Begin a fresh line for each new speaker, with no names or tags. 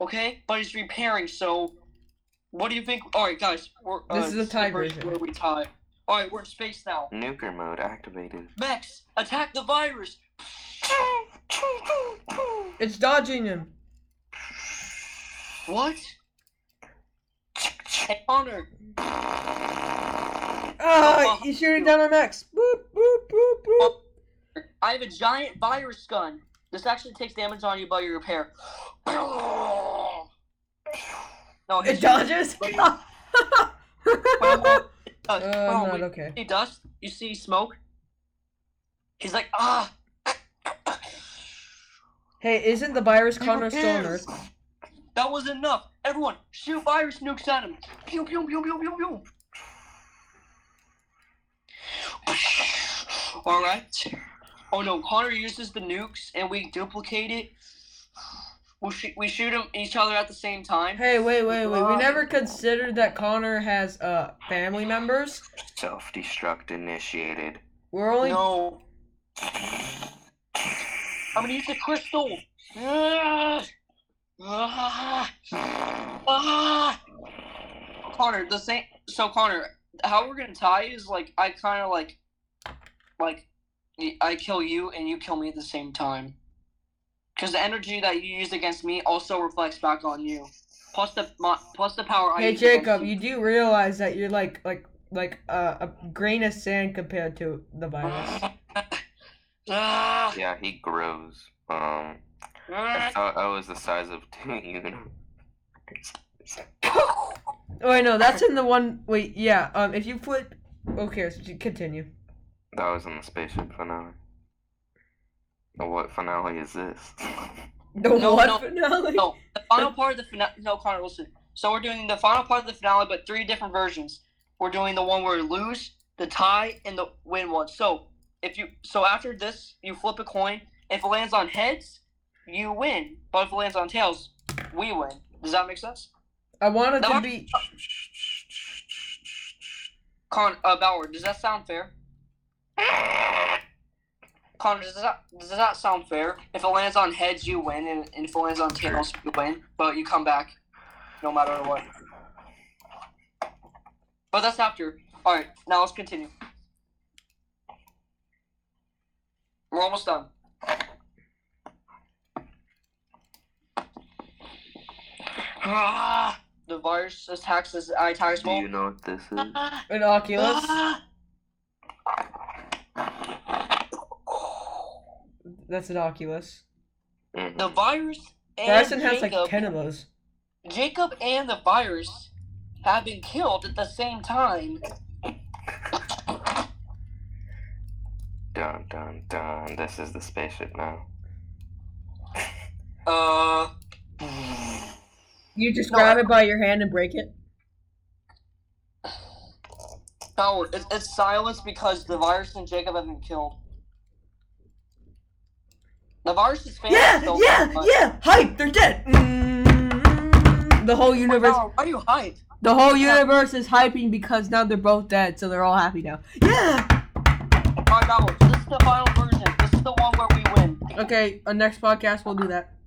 Okay, but he's repairing. So, what do you think? All right, guys, we're uh,
This is a tiebreaker.
Where we tie? All right, we're in space now.
Nuker mode activated.
Max, attack the virus.
It's dodging him.
What? Hey, Connor,
Ah, he's shooting down on Max. Boop, boop, boop, boop.
Oh, I have a giant virus gun. This actually takes damage on you by your repair. No,
It
he's-
dodges.
Well,
oh,
it does. Oh,
Uh, not
wait.
okay.
see dust, you see smoke. He's like, ah,
Hey, isn't the virus Connor still on Earth?
that was enough. Everyone, shoot virus nukes at him. Pew, pew, pew, pew, pew, pew. All right. Oh no, Connor uses the nukes and we duplicate it. We shoot, we shoot 'em- each other at the same time.
Hey, wait, wait, wait. We
Right.
never considered that Connor has uh family members.
Self destruct initiated.
We're only
No. I'm gonna use the crystal. Ah! Ah! Ah! Connor, the same. So Connor, how we're gonna tie is like I kind of like, like, y- I kill you and you kill me at the same time. Because the energy that you use against me also reflects back on you. Plus the mo- plus the power. I
Hey
use against
Jacob, you do realize that you're like like like uh, a grain of sand compared to the virus.
Ah!
Yeah, he grows. Um, I thought I was the size of two universes.
Ah!
Oh, I know. That's in the one. Wait, yeah. Um, if you flip. Okay, so you continue.
That was in the spaceship finale. Now What finale is this?
The
No,
one
no,
finale.
No, the final part of the finale. No, Connor, listen. So we're doing the final part of the finale, but three different versions. We're doing the one where you lose, the tie, and the win one. So if you, so after this, you flip a coin. If it lands on heads, you win. But if it lands on tails, we win. Does that make sense?
I want it
No.
to be.
Con uh, Bauer, does that sound fair? Connor, does that does that sound fair? If it lands on heads, you win, and, and if it lands on tails, you win. But you come back, no matter what. But that's after. All right, now let's continue. We're almost done. Ah, the virus attacks his eye tires.
Do you know what this is?
An Oculus.
Ah.
That's an Oculus.
The
Mhm.
virus and
Dyson has
Jacob,
like 10 of those.
Jacob and the virus have been killed at the same time.
Dun dun dun. This is the spaceship now.
Uh,
You just
No.
grab it by your hand and break it?
no, it's, it's silence because the virus and Jacob have been killed. The virus is famous.
Yeah,
though,
yeah,
but-
yeah! Hype! They're dead! Mm, the whole universe.
Wow, why are you hyped?
The whole universe is hyping because now they're both dead, so they're all happy now. Yeah!
Alright, Bowers, this is the final version. This is the one where we win.
Okay, on next podcast, we'll do that.